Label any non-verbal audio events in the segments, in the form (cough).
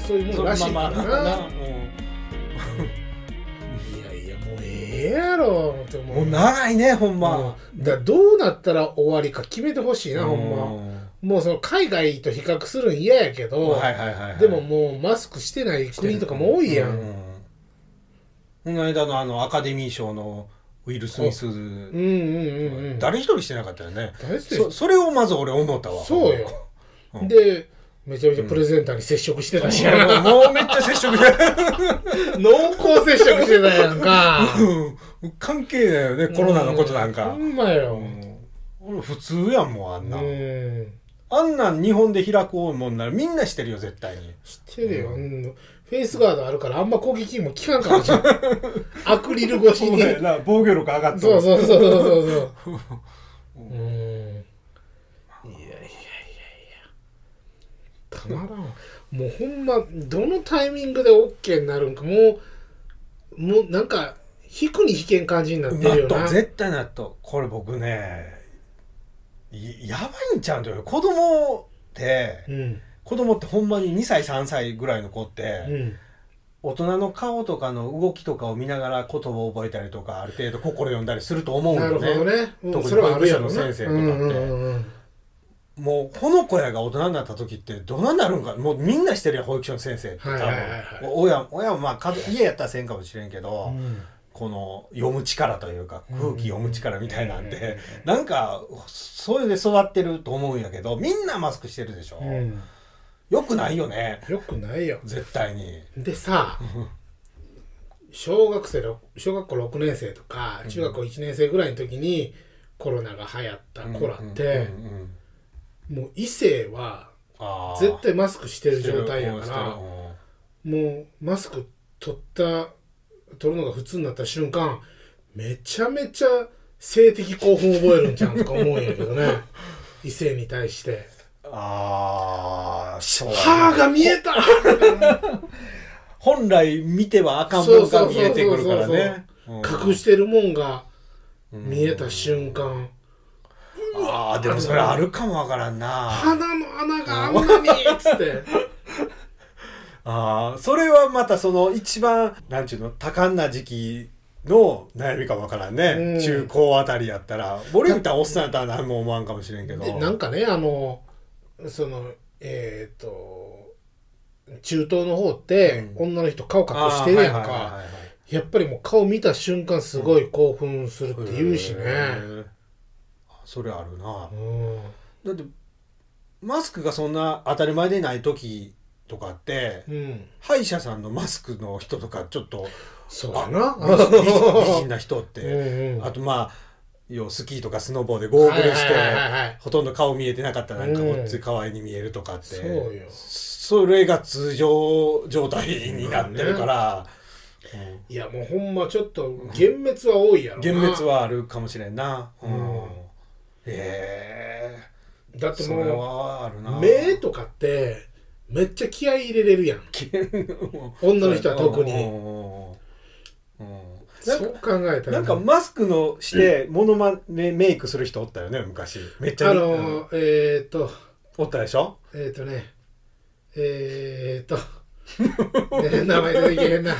そういうもそんのらしいかまらまな、なもいやいやもうええやろってう思もう長いねほんままあ、だからどうなったら終わりか決めてほしいな、うほんま。もうその海外と比較するん嫌やけど、はいはいはいはいでももうマスクしてない国とかも多いやん。うこの間のあのアカデミー賞のウィル・スミスうんうんうんうん。誰一人してなかったよね大好きそそれをまず俺思ったわそうよ。うんで、めちゃめちゃプレゼンターに接触してたしやな、もうもうめっちゃ接 (laughs) 触して濃厚接触してたやんか。うん関係ないよね (laughs) コロナのことなんか、ほんまよ。俺普通やんもうあんうな、ん。あんなん日本で開こうもんならみんなしてるよ絶対に知ってるよ、うんフェイスガードあるからあんま攻撃も効かんからじゃん。アクリル越しに。な防御力上がったそうそうそうそうそうそう。う。うんいやいやいやいや。たまらん。もうほんま、どのタイミングで OK になるんか、もう、もうなんか、引くに引けん感じになってるよ納な。豆絶対納豆これ僕ねいやばいんちゃうんだよ子供ってうん。子供ってほんまに2歳3歳ぐらいの子っうて、ん。大人の顔とかの動きとかを見ながら言葉を覚えたりとかある程度心読んだりすると思うんなるほどね。うん、特にそれはあるやろ保ね。育士の先生とうかんってうんうんうん。もうこの子やが大人になった時ってどうなんなるんかもうみんなしてるやん保育所の先生って多はい分、はいはいはい親親はまあ家家やったらせんかもしれんけど、うんこの読む力というかうん空気読む力みたいなんで、うなんかそういうので育ってると思うんやけどみんなマスクしてるでしょ、うんよくないよねよくないよ。絶対にでさ小学生の小学校6年生とか中学校1年生ぐらいの時にコロナが流行った頃ってうんうんうんうんもう異性はあー絶対マスクしてるしてる状態やからもうマスク取った取るのが普通になった瞬間めちゃめちゃ性的興奮覚えるんじゃんとか思うんやけ (laughs) どね異性に対してああそう「やね歯が見えた!」本来見てはあかんもんが見えてくるからね隠してるもんが見えた瞬間ああーでもそれあるかもわからんな鼻の穴があんなにっつってあーそれはまたその一番なんちゅうの多感な時期の悩みかもわからんね、うん中高あたりやったら俺みたいなおっさんやったら何も思わんかもしれんけどでなんかねあのそのえっ、と中東の方って、う女の人顔隠してるやんか、あーはいはいはいはいやっぱりもう顔見た瞬間すごい興奮するって言うしね、へーそれあるなうんだってマスクがそんな当たり前でない時とかって、うん、歯医者さんのマスクの人とかちょっ (laughs) とそうだな美人美人な人っうんうて、んあとまあ要スキーとかスノボーでゴーグルして、はいはいはいはいほとんど顔見えてなかったらなんかうんこっち可愛いに見えるとかって、そうよそれが通常状態になってるから、いやもうほんまちょっと幻滅は多いやろうなん幻滅はあるかもしれんな、うんうんへだっえてそれもはあるうな目とかってめっちゃ気合い入れれるやん女の人は特にうんうんうんうんなんそかう考えたらなんかマスクのしてモノマネメイクする人おったよね昔めっちゃあうんのー、えっ、ー、とおったでしょえっ、ー、とねえっ、ー、と (laughs) えー名前出てけへんな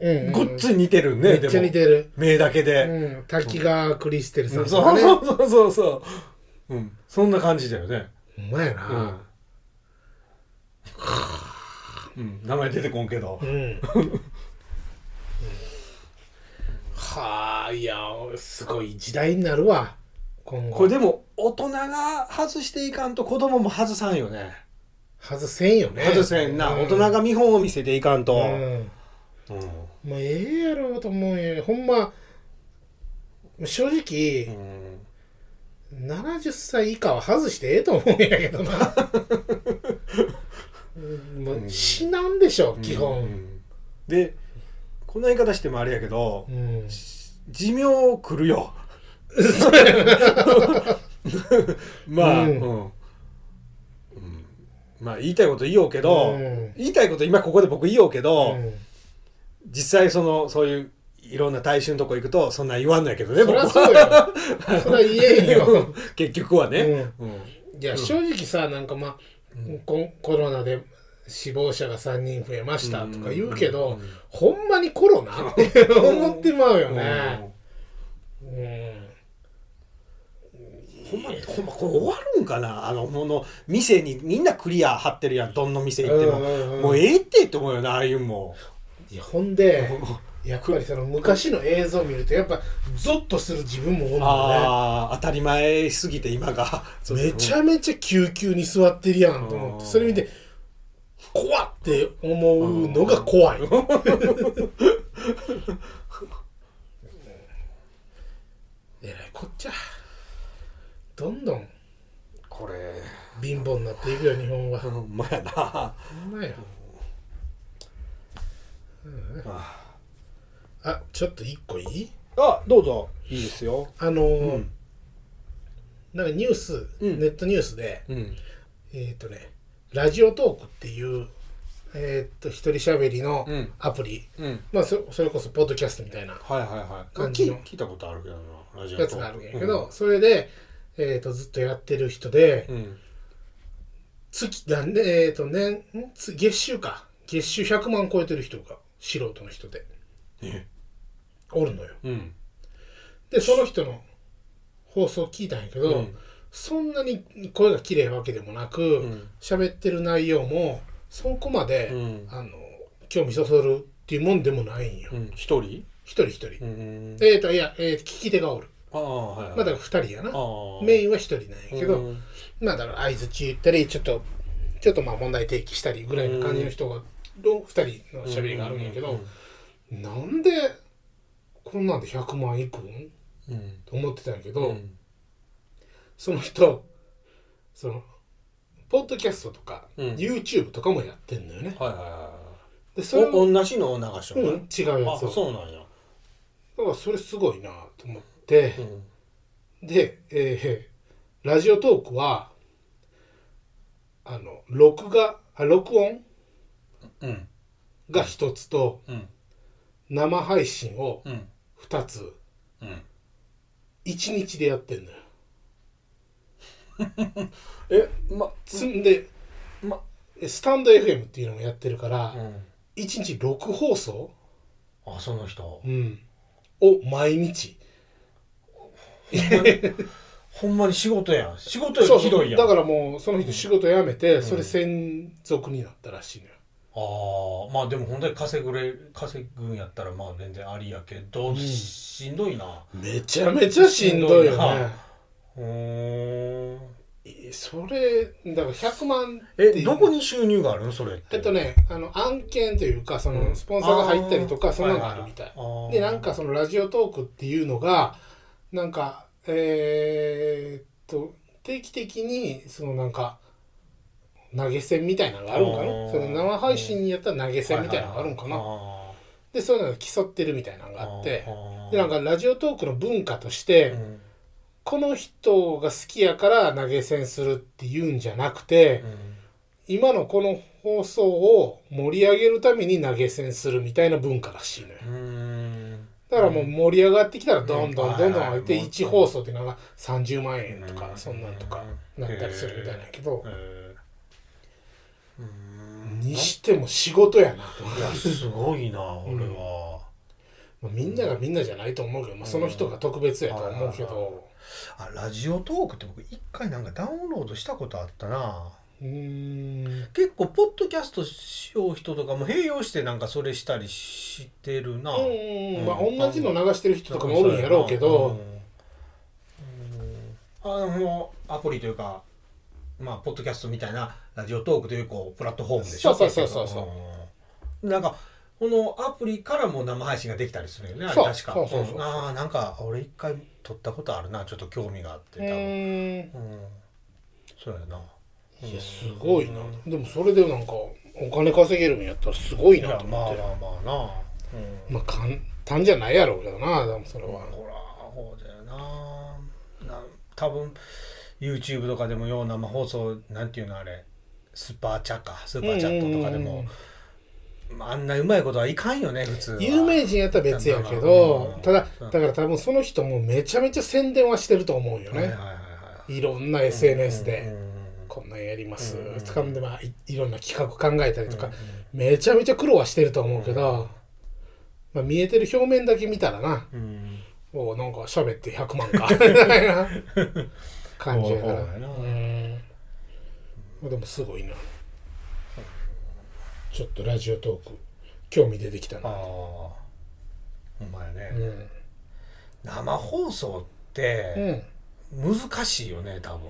うんうんごっつい似てるめねっちゃ似るてる、目だけで、うん、滝川クリステルそさんうとそかうねそうそうそう、うん、そんな感じだよねほんまやう、なんうん、名前出てこんけどうん、うんはあいやすごい時代になるわ今後これでも大人が外していかんと子供も外さんよね外せんよね外せんな、う大人が見本を見せていかんと、うんうんもうええやろうと思うよほんま正直、うん70歳以下は外してええと思うんやけ (laughs) どなうんもう死なんでしょ、基う本、んでこんな言い方してもあれやけどう、ん寿命来るよまあ、ううんんうんまあ言いたいこと言いようけど、うん言いたいこと今ここで僕言いようけど、うん実際そのそういういろんな大衆のとこ行くとそんなん言わんのやけどねそりゃ僕そうよそりゃ言えん (laughs) よは結局はね、うんいや正直さなんかまあ、こコロナで死亡者が3人増えましたとか言うけうんうどんうんほんまにコ (laughs) ロナって思ってまうよね。うんほんまにほんまこれ終わるんかなあのもの店にみんなクリア貼ってるやんどんな店行っても、うんうんうんもうええってって思うよなああいうもいやほんでんもうやっぱりその昔の映像を見るとやっぱゾッとする自分もおるのねああ当たり前すぎて今 (laughs) がめちゃゃめちゃ救急に座ってるやんと思ってうんそれ見て怖っって思うのが怖い (laughs) えらいこっちゃどんどんこれ貧乏になっていくよ日本はほんま (laughs) やなあほんまよああちょっと一個いいあどうぞいいですよあのーうんなんかニュース、うんネットニュースでうんえっ、とねラジオトークっていうえっ、と一人しゃべりのうんアプリ、うんまあそそれこそポッドキャストみたいなはいはいはい感聞じいの聞いたことあるけどなラジオやつがあるんやけど、それで、えー、とずっとやってる人で、うん、うん月だねえっ、と年んつ月収か月収100万超えてる人が素人の人でえおるのようんでその人の放送聞いたんやけど、うんそんなに声が綺麗わけでもなくん喋、ってる内容もそこまで、うんあの興味そそるっていうもんでもないんよ、うん一人一人一人、うんえっ、といや、えー聞き手がおるああはいはいまあだから二人やなあーメインは一人なんやけど、うんまあだから相づち言ったりちょっとちょっとまあ問題提起したりぐらいの感じの人がの二人の喋りがあるんやけど、なんでこんなんで100万いくんうんと思ってたんやけうど、んその人そのポッドキャストとか、うん YouTube とかもやってんのよねはいはいはでそいれはいも、お同じのを流しうん、よ違ううやつをあだかそうなんやらそれすごいなと思ってう、んで、えーラジオトークはあの録画あ録音うんが一つと、うん生配信をうん2つうん1日でやってんのよ (laughs) えまつんでまスタンド FM っていうのもやってるから、うん1日6放送、あその人うんを毎日 (laughs) ほんまに仕事やん仕事よそりうそひうどいやんだからあらもうその人仕事辞めて、それ専属になったらしいのよ、あまあでも本当に稼ぐれ稼ぐんやったらまあ全然ありやけどしんどいなめちゃめちゃしんどしんどいよいねなうーんえそれだから100万ってえどこに収入があるのそれってえっとねあの案件というかそのスポンサーが入ったりとか、そんなのがあるみたいでなんかそのラジオトークっていうのがなんかえーっと定期的にそのなんか投げ銭みたいなのがあるんかなあーその生配信やったら投げ銭みたいなのがあるんかな、なでそういうのが競ってるみたいなのがあってでなんかかラジオトークの文化として、うんこの人が好きやから投げ銭するっていうんじゃなくて、うん今のこの放送を盛り上げるために投げ銭するみたいな文化らしいのよ。うーんだからもう盛り上がってきたらどんどうんんどんどんはいはい上げてもう1放送っていうのが30万円とうかんそんなんとかなったりするみたいなんやけどえーうーんにしても仕事やなといやすごいな俺は、まあみんながみんなじゃないと思うけど、まあ、その人が特別やとは思うけどあラジオトークって僕一回なんかダウンロードしたことあったなうーん結構ポッドキャストしよう人とかも併用してなんかそれしたりしてるな、うんまあうん同じの流してる人とかもおるんやろうけど、うんうんあのアプリというかまあポッドキャストみたいなラジオトークというこうプラットフォームでしょそうそうそうそううんなんかこのアプリからも生配信ができたりするよねあれそう確かそうそうそうんああなんか俺一回撮ったことあるなちょっと興味があってう多分ーうんんそうやないやすごいなでもそれでなんかお金稼げるんやったらすごいいなやとまあ思ってまあまあなうんまあ簡単じゃないやろうけどなでもそれはほらほうだよなな多分 YouTube とかでもよう生放送なんていうのあれスーパーチャかスーパーチャットとかでうんうんも、まああんなうまいことはいかんよね普通は有名人やったら別やけどうんただうんだから多分その人もめちゃめちゃ宣伝はしてると思うよはいはいねはいはいろんな SNS でうんうんうんこんなんやります、うんうんつかんでまあいいろんな企画考えたりとか、うんめちゃめちゃ苦労はしてると思うけど、まあ、見えてる表面だけ見たらなうんおうなんか喋って100万 (laughs) かみたいな感じやからほうほうやなうんまあでもすごいなちょっとラジオトーク興味出てきたああなほんまやね、うん、生放送っうてん、難しいよね多分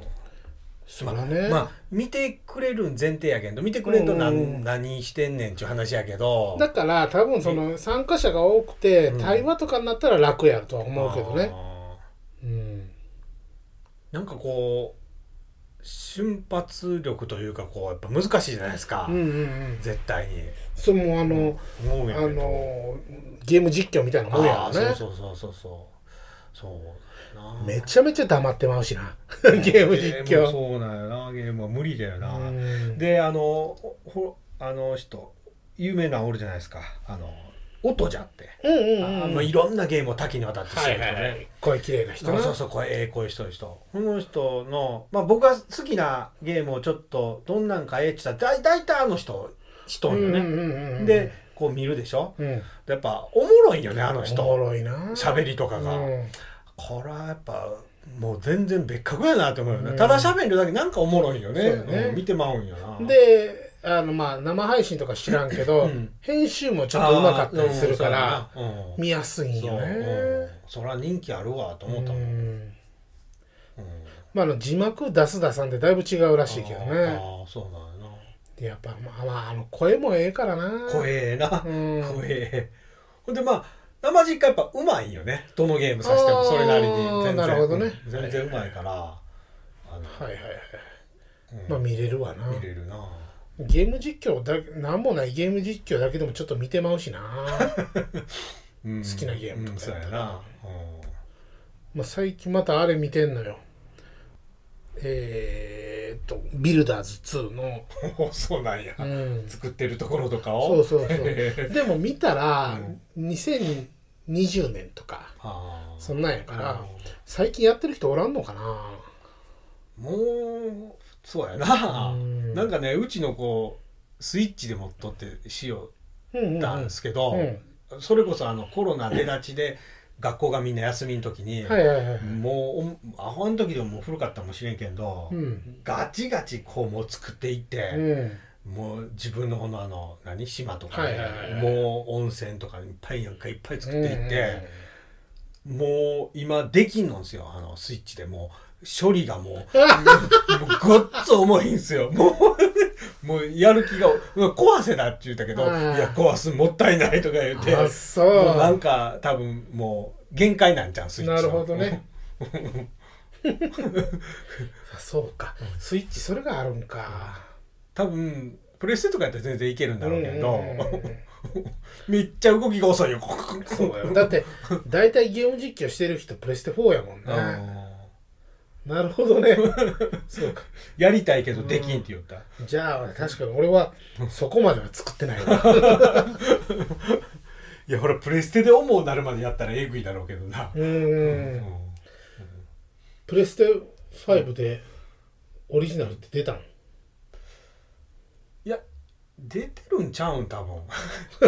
そらね、まあ見てくれるん前提やけんど見てくれんと何,、うん何してんねんちゅう話やけどだから多分その参加者が多くてうん対話とかになったら楽やとは思うけどね、あうん、ーなんかこう瞬発力というかこうやっぱ難しいじゃないですか、うんうんうん絶対にそれもあの、思うあやけどのゲーム実況みたいなもんやあろあねそうそうそうそうそうそうなめちゃめちゃ黙ってまうしな (laughs) ゲーム実ゲーム況そうなんやなゲームは無理だよな、うんであのほあの人有名なおるじゃないですかあの音じゃって、うんうんあうんのいろんなゲームを多岐にわたってしはている人はね、いはい声綺麗な人そうなそうそうこれええ声しとる人この人の、まあ、僕が好きなゲームをちょっとどんなんかええって言ったら大大体あの人しとんよね、うんうんうんうんで、こう見るでしょうん、やっぱおもろいよねあのおも人ろいな喋りとかが、これはやっぱもう全然別格やなと思うよね、ただ喋るだけなんかおもろいよねそうだねうん見てまうんよなうん、であのまあ生配信とか知らんけど、うん編集もちょっとうまかったりするからあーうんそうやなうん見やすいんそうようんねそら人気あるわと思ったもん、うんんまああの字幕出す出さんでだいぶ違うらしいけどあねーそうなんやなでやっぱまあ、まあ、あの声もええからな怖えな怖うんえほんでまあ生実家やっぱうまいよねどのゲームさせてもそれなりにあー全然なるほどねうん全然うまいからあのはいはいはい、うんまあ見れるわな見れるなゲーム実況だなんもないゲーム実況だけでもちょっと見てまうしなうん好きなゲームとかうんそうやなうんまあ最近またあれ見てんのよえー、っと「ビルダーズ2の」そうなん (laughs) や、うん、作ってるところとかそをうそう (laughs) そうでも見たら2020年とかあーそんなんやからあ最近やってる人おらんのかなーもうそうやな、うんなんかねうちの子スイッチで持っとってしようんうんううんたんですけど、うんそれこそあのコロナ出がちで学校がみんな休みの時に、はいはいはいもうおアホの時でももう古かったかもしれんけんど、うんガチガチこうもう作っていっうて、んもう自分の方のあの何島とかね、はいはいはいもう温泉とかいっぱいなんかいっぱい作っていって、もう今できんのんすよあのスイッチでもう処理が (laughs) もうもうごっつ重いんすよもう (laughs) もうやる気がうわ壊せだって言ったけど、うんいや壊すもったいないとか言ってあそうもうなんか多分もう限界なんじゃんスイッチのなるほどね (laughs) あそうかスイッチそれがあるんか多分プレステとかやったら全然いけるんだろうけうどんうんうん (laughs) めっちゃ動きが遅いよここそうやろ (laughs) だって大体ゲーム実況してる人プレステ4やもんうねんなるほどねそうかやりたいけどできんって言ったじゃあ確かに俺はそこまでは作ってないわいやほらプレステで思うなるまでやったらえぐいだろうけどなうんうんうんプレステ5でオリジナルって出たんいや出てるんちゃうん多 (laughs) 分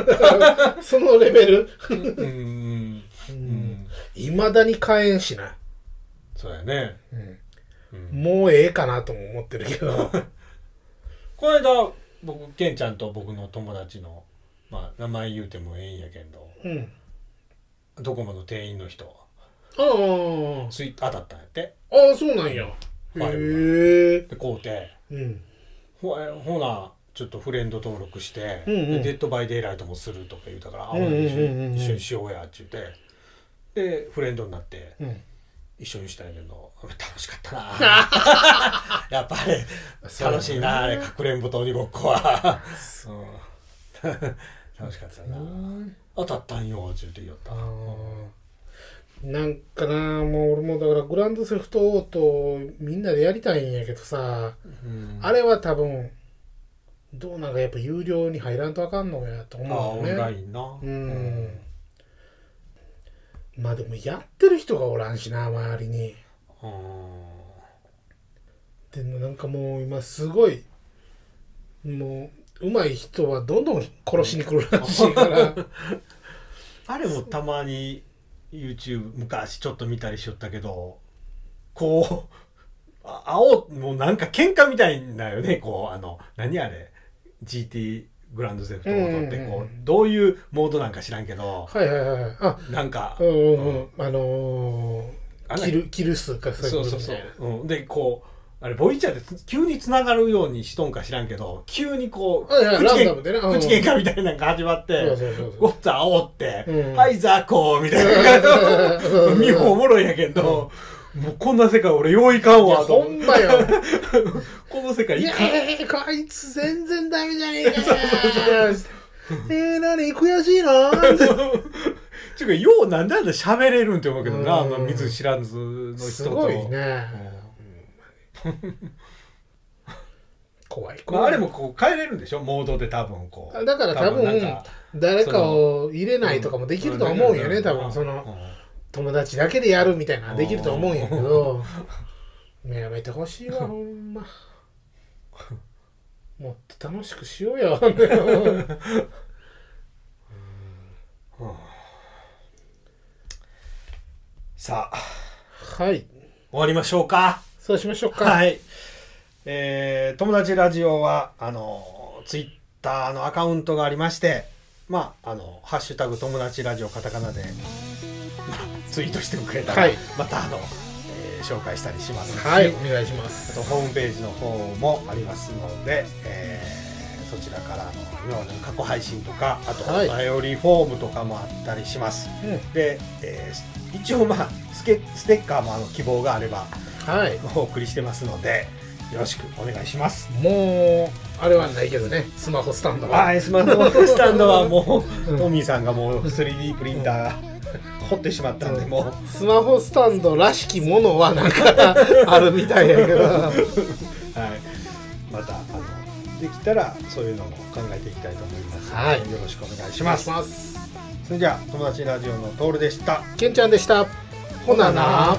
(laughs) そのレベルうんうんうんいまだに買えんしな、そうやねもうええかなとも思ってるけどこの間僕ケンちゃんと僕の友達のまあ名前言うてもええんやけどうんドコモの店員の人ああスイッ当たったんやってああそうなんやへえで買うてうんほえほなちょっとフレンド登録して、うんうんでデッドバイデイライトもするとか言うたから、あうんうんうんうん一緒に一緒にしようやって言ってでフレンドになってうん一緒にしたんやけどあ楽しかったな (laughs) やっぱりそう楽しいなあれかくれんぼと鬼ごっこはうん (laughs) 楽しかったな当たったんよって言って言いよったあーなんかなもう俺もだからグランドセフトオートをみんなでやりたいんやけどさ、うんあれは多分どうなんかやっぱ有料に入らんとあかんのやとあ思オうんだンよラねインなううんんまあでもやってる人がおらんしな周りにでなんかもう今すごいもう上手い人はどんどん殺しに来るらしいから (laughs) あれもたまに YouTube 昔ちょっと見たりしよったけどこうあ青もうなんか喧嘩みたいんだよねこうあの何あれ GT グランドセフトモードってこう、うんうんうんどういうモードなんか知らんけどはいはいはいはいあなんか、うんうんううんあのあー、のキルキル数かそうそうそうみたいな、うん、でこうあれボイチャーでつ急につながるようにしとんか知らんけど急にこうはいはい口ラン喧ダムでねうん口喧嘩みたいなのが始まってそうそうそうゴッツァ煽ってう「んはいザコー」みたい (laughs) なうん見本おもろいんやけど、もうこんな世界俺用意かんいやわとほ思んうまよこの世界いいやかんえー、こいつ全然ダメじゃねえかよえー、何悔しいなちゅうかようなんであんな喋れるんって思うけどな、うんまあ、見ず知らずの人とすごいねうん怖いま怖い、あ、あれもこう変えれるんでしょモードで多分こうだから多分なんか誰かを入れないとかもできるとは思うんよね、ん多分そうんの友達だけでやるみたいなのはできると思うんやけどねやめてほしいわほん (laughs) まもっと楽しくしようよさあはい終わりましょうかそうしましょうかはい。えー友達ラジオは、あの、ツイッターのアカウントがありまして、まあ、あの、ハッシュタグ友達ラジオカタカナで、まあ、ツイートしてくれたら、はいまた、あの、えー紹介したりしますしはい、お願いしまあすと、ホームページの方もありますので、えーそちらからあの今までの過去配信とかあとはいお便りフォームとかもあったりします、うんで、えー一応まあスケステッカーもあの希望があればはいお送りしてますのでよろしくお願いします。もうあれはないけどねスマホスタンドははい、スマートフォンスタンドはもううんトミーさんがもう 3D プリンター掘ってしまったんでもスマホスタンドらしきものはなんかあるみたいやけど (laughs) う、はい、またあのできたらそういうのも考えていきたいと思います。はいよろしくお願いします。ますそれじゃあ友達ラジオのトールでした。けんちゃんでしたほなな